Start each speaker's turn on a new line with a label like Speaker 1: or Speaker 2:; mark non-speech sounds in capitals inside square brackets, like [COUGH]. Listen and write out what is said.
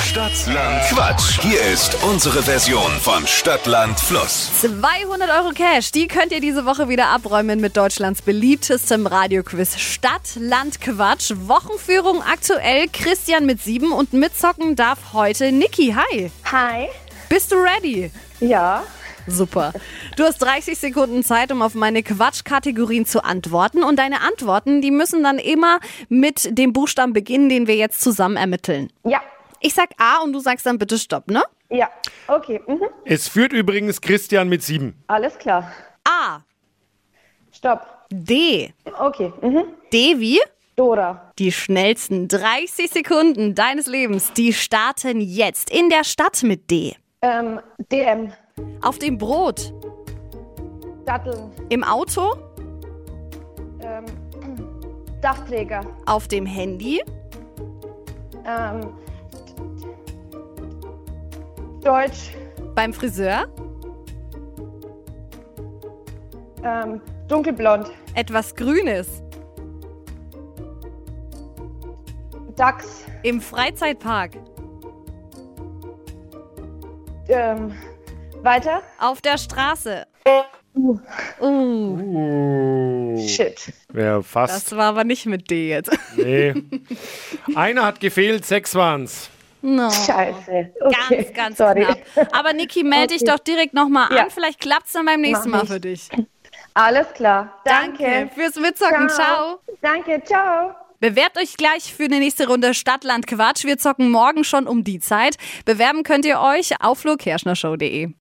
Speaker 1: Stadtland Quatsch. Hier ist unsere Version von Stadtland Fluss.
Speaker 2: 200 Euro Cash, die könnt ihr diese Woche wieder abräumen mit Deutschlands beliebtestem Radioquiz Stadt, Land, Quatsch. Wochenführung aktuell Christian mit sieben und mitzocken darf heute Niki. Hi,
Speaker 3: Hi.
Speaker 2: bist du ready?
Speaker 3: Ja.
Speaker 2: Super. Du hast 30 Sekunden Zeit, um auf meine Quatschkategorien zu antworten. Und deine Antworten, die müssen dann immer mit dem Buchstaben beginnen, den wir jetzt zusammen ermitteln.
Speaker 3: Ja.
Speaker 2: Ich sag A und du sagst dann bitte Stopp, ne?
Speaker 3: Ja. Okay. Mhm.
Speaker 4: Es führt übrigens Christian mit sieben.
Speaker 3: Alles klar.
Speaker 2: A,
Speaker 3: Stopp.
Speaker 2: D.
Speaker 3: Okay. Mhm.
Speaker 2: D wie?
Speaker 3: Dora.
Speaker 2: Die schnellsten 30 Sekunden deines Lebens, die starten jetzt in der Stadt mit D.
Speaker 3: Ähm, DM.
Speaker 2: Auf dem Brot,
Speaker 3: Datteln.
Speaker 2: im Auto,
Speaker 3: Ähm, [CLEARS THROAT] Dachträger.
Speaker 2: auf dem Handy,
Speaker 3: Ähm, Deutsch.
Speaker 2: beim Friseur,
Speaker 3: Ähm, dunkelblond.
Speaker 2: etwas Grünes,
Speaker 3: Dachs.
Speaker 2: im Freizeitpark,
Speaker 3: Ähm, weiter.
Speaker 2: auf der Straße. Oh.
Speaker 3: Shit.
Speaker 4: Wäre fast.
Speaker 2: Das war aber nicht mit D
Speaker 3: [LAUGHS]
Speaker 2: jetzt.
Speaker 4: Nee. Einer hat gefehlt, sechs waren's.
Speaker 2: No.
Speaker 3: Scheiße. Okay.
Speaker 2: Ganz, ganz
Speaker 3: Sorry.
Speaker 2: knapp. Aber Niki, melde dich doch direkt nochmal an.
Speaker 3: Ja.
Speaker 2: Vielleicht klappt es dann beim nächsten
Speaker 3: Mach
Speaker 2: Mal
Speaker 3: ich.
Speaker 2: für dich.
Speaker 3: Alles klar.
Speaker 2: Danke fürs Mitzocken. Ciao.
Speaker 3: Danke. Ciao.
Speaker 2: Bewerbt euch gleich für die nächste Runde Stadtland Quatsch. Wir zocken morgen schon um die Zeit. Bewerben könnt ihr euch auf flokerschnershow.de.